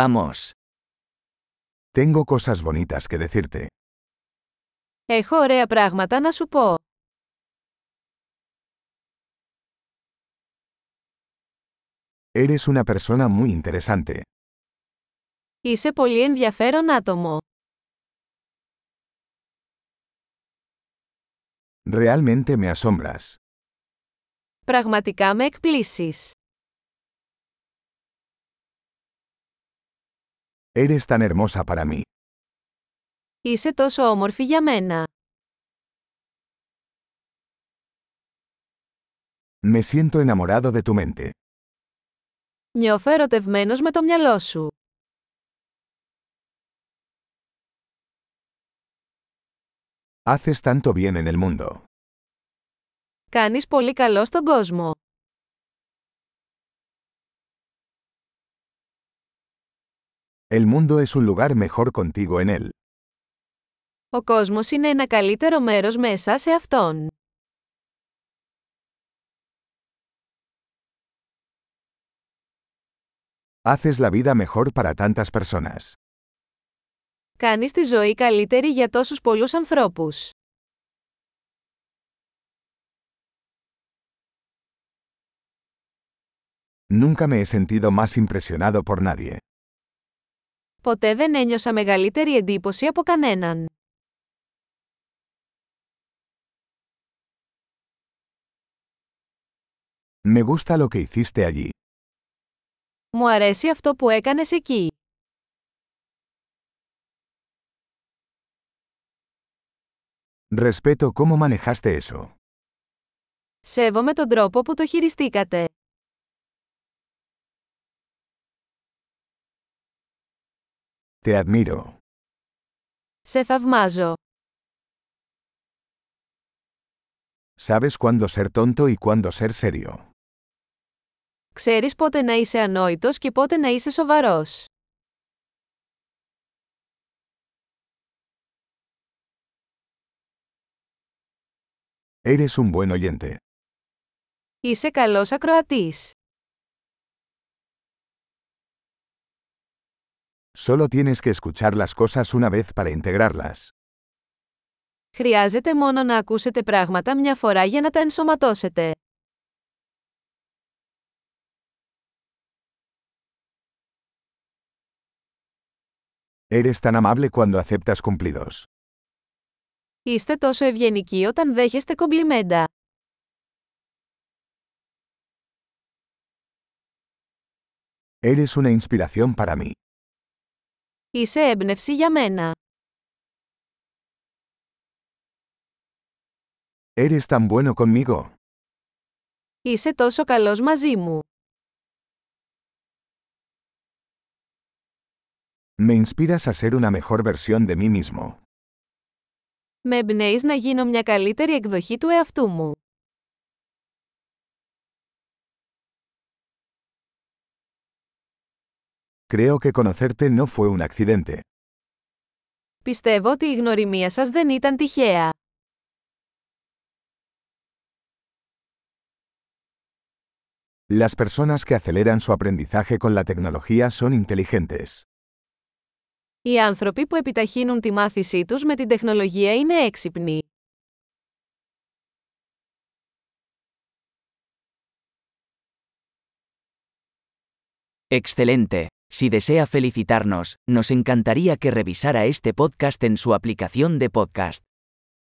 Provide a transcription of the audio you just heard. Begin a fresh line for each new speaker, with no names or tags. Vamos.
Tengo cosas bonitas que decirte.
Έχω ωραία πράγματα να σου πω.
Eres una persona muy interesante.
Είσαι πολύ ενδιαφέρον άτομο.
Realmente me asombras.
Πραγματικά με εκπλήσεις.
Eres tan hermosa para mí.
Είσαι τόσο όμορφη για μένα.
Me siento enamorado de tu mente.
Νιώθω ερωτευμένος με το μυαλό σου.
Haces tanto bien en el mundo.
Κάνεις πολύ καλό στον κόσμο.
El mundo es un lugar mejor contigo en él.
Ο κόσμος είναι ένα καλύτερο μέρος με εσά σε αυτόν.
Haces la vida mejor para tantas personas.
Κάνεις τη ζωή καλύτερη για τόσους πολλούς ανθρώπους.
Nunca me he sentido más impresionado por nadie.
Ποτέ δεν ένιωσα μεγαλύτερη εντύπωση από κανέναν.
Me gusta lo que hiciste allí.
Μου αρέσει αυτό που έκανες εκεί.
Respeto cómo manejaste eso.
Σέβομαι τον τρόπο που το χειριστήκατε.
Te admiro.
Σε θαυμάζω.
Sabes cuándo ser tonto y cuándo ser serio.
Ξέρεις πότε να είσαι ανόητος και πότε να είσαι σοβαρός.
Eres un buen oyente.
Είσαι καλός ακροατής.
Solo tienes que escuchar las cosas una vez para integrarlas.
Χρειάζεται μόνο να ακούσετε πράγματα μια φορά για να τα ενσωματώσετε.
Eres tan amable cuando aceptas cumplidos.
Είστε τόσο ευγενικοί όταν δέχεστε κομπλιμέντα.
Eres una inspiración para mí.
Είσαι έμπνευση για μένα.
Eres tan bueno conmigo.
Είσαι τόσο καλός μαζί μου.
Me inspiras a ser una mejor versión de mí mismo.
Με εμπνέεις να γίνω μια καλύτερη εκδοχή του εαυτού μου.
Creo que conocerte no fue un accidente.
Πιστεύω ότι η γνωριμία σας δεν ήταν τυχαία.
Las personas que aceleran su aprendizaje con la tecnología son inteligentes.
Οι άνθρωποι που επιταχύνουν τη μάθησή τους με την τεχνολογία είναι έξυπνοι.
Excelente. Si desea felicitarnos, nos encantaría que revisara este podcast en su aplicación de podcast.